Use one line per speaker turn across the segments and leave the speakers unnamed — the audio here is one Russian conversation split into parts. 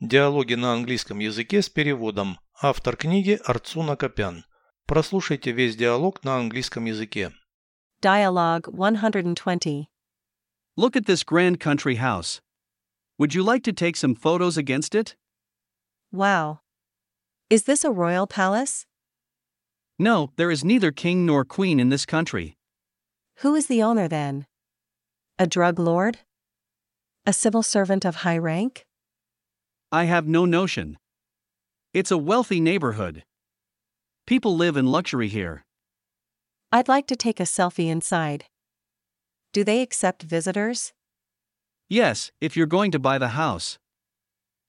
Диалоги на английском языке с переводом. Автор книги Арцуна Копян. Прослушайте весь диалог на английском языке.
Dialogue 120.
Look at this grand country house. Would you like to take some photos against it?
Wow. Is this a royal palace?
No, there is neither king nor queen in this country.
Who is the owner then? A drug lord? A civil servant of high rank?
I have no notion. It's a wealthy neighborhood. People live in luxury here.
I'd like to take a selfie inside. Do they accept visitors?
Yes, if you're going to buy the house.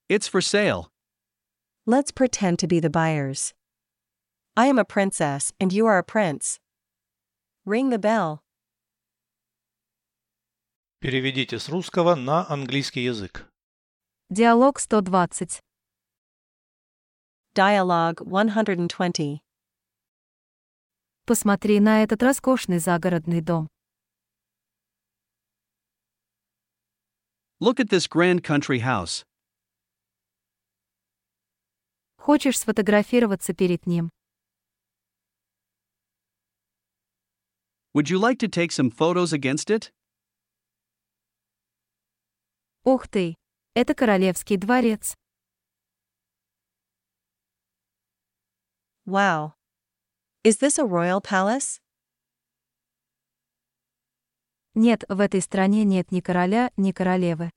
It's for sale.
Let's pretend to be the buyers. I am a princess and you are a prince. Ring the bell.
Переведите с русского на английский язык.
Диалог 120.
Dialogue 120.
Посмотри на этот роскошный загородный дом.
Look at this grand country house.
Хочешь сфотографироваться перед ним?
Would you like to take some photos against it?
Ух ты! Это королевский дворец.
Wow. Is this a royal palace?
Нет, в этой стране нет ни короля, ни королевы.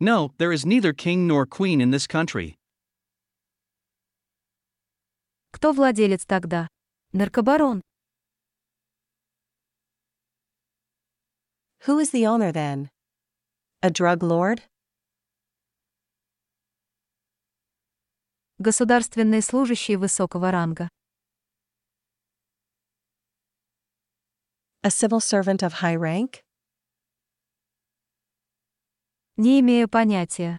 No, there is neither king nor queen in this country.
Кто владелец тогда? Наркобарон.
Who is the owner then? A drug lord?
Государственный служащий высокого ранга.
A civil servant of high rank?
Не имею понятия.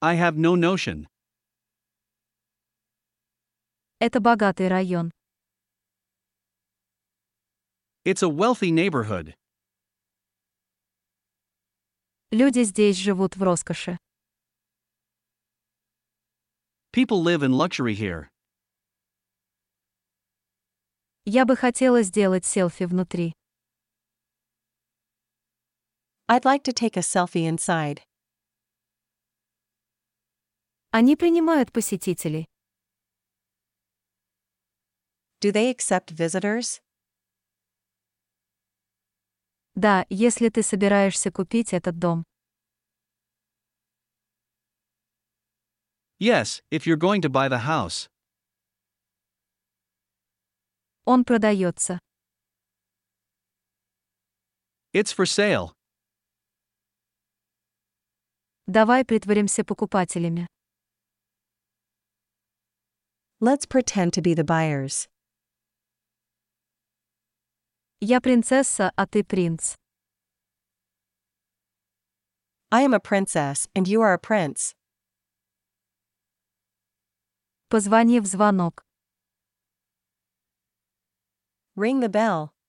I have no notion.
Это богатый район.
It's a wealthy neighborhood.
Люди здесь живут в роскоши.
People live in luxury here.
Я бы хотела сделать селфи внутри.
I'd like to take a selfie inside.
Они принимают посетителей.
Do they accept visitors?
Да, если ты собираешься купить этот дом.
Yes, if you're going to buy the house.
Он продается.
It's for sale.
Давай притворимся покупателями.
Let's pretend to be the buyers.
Я принцесса, а ты принц.
I am a princess and you are a prince.
Позвони в звонок.
Ring the bell.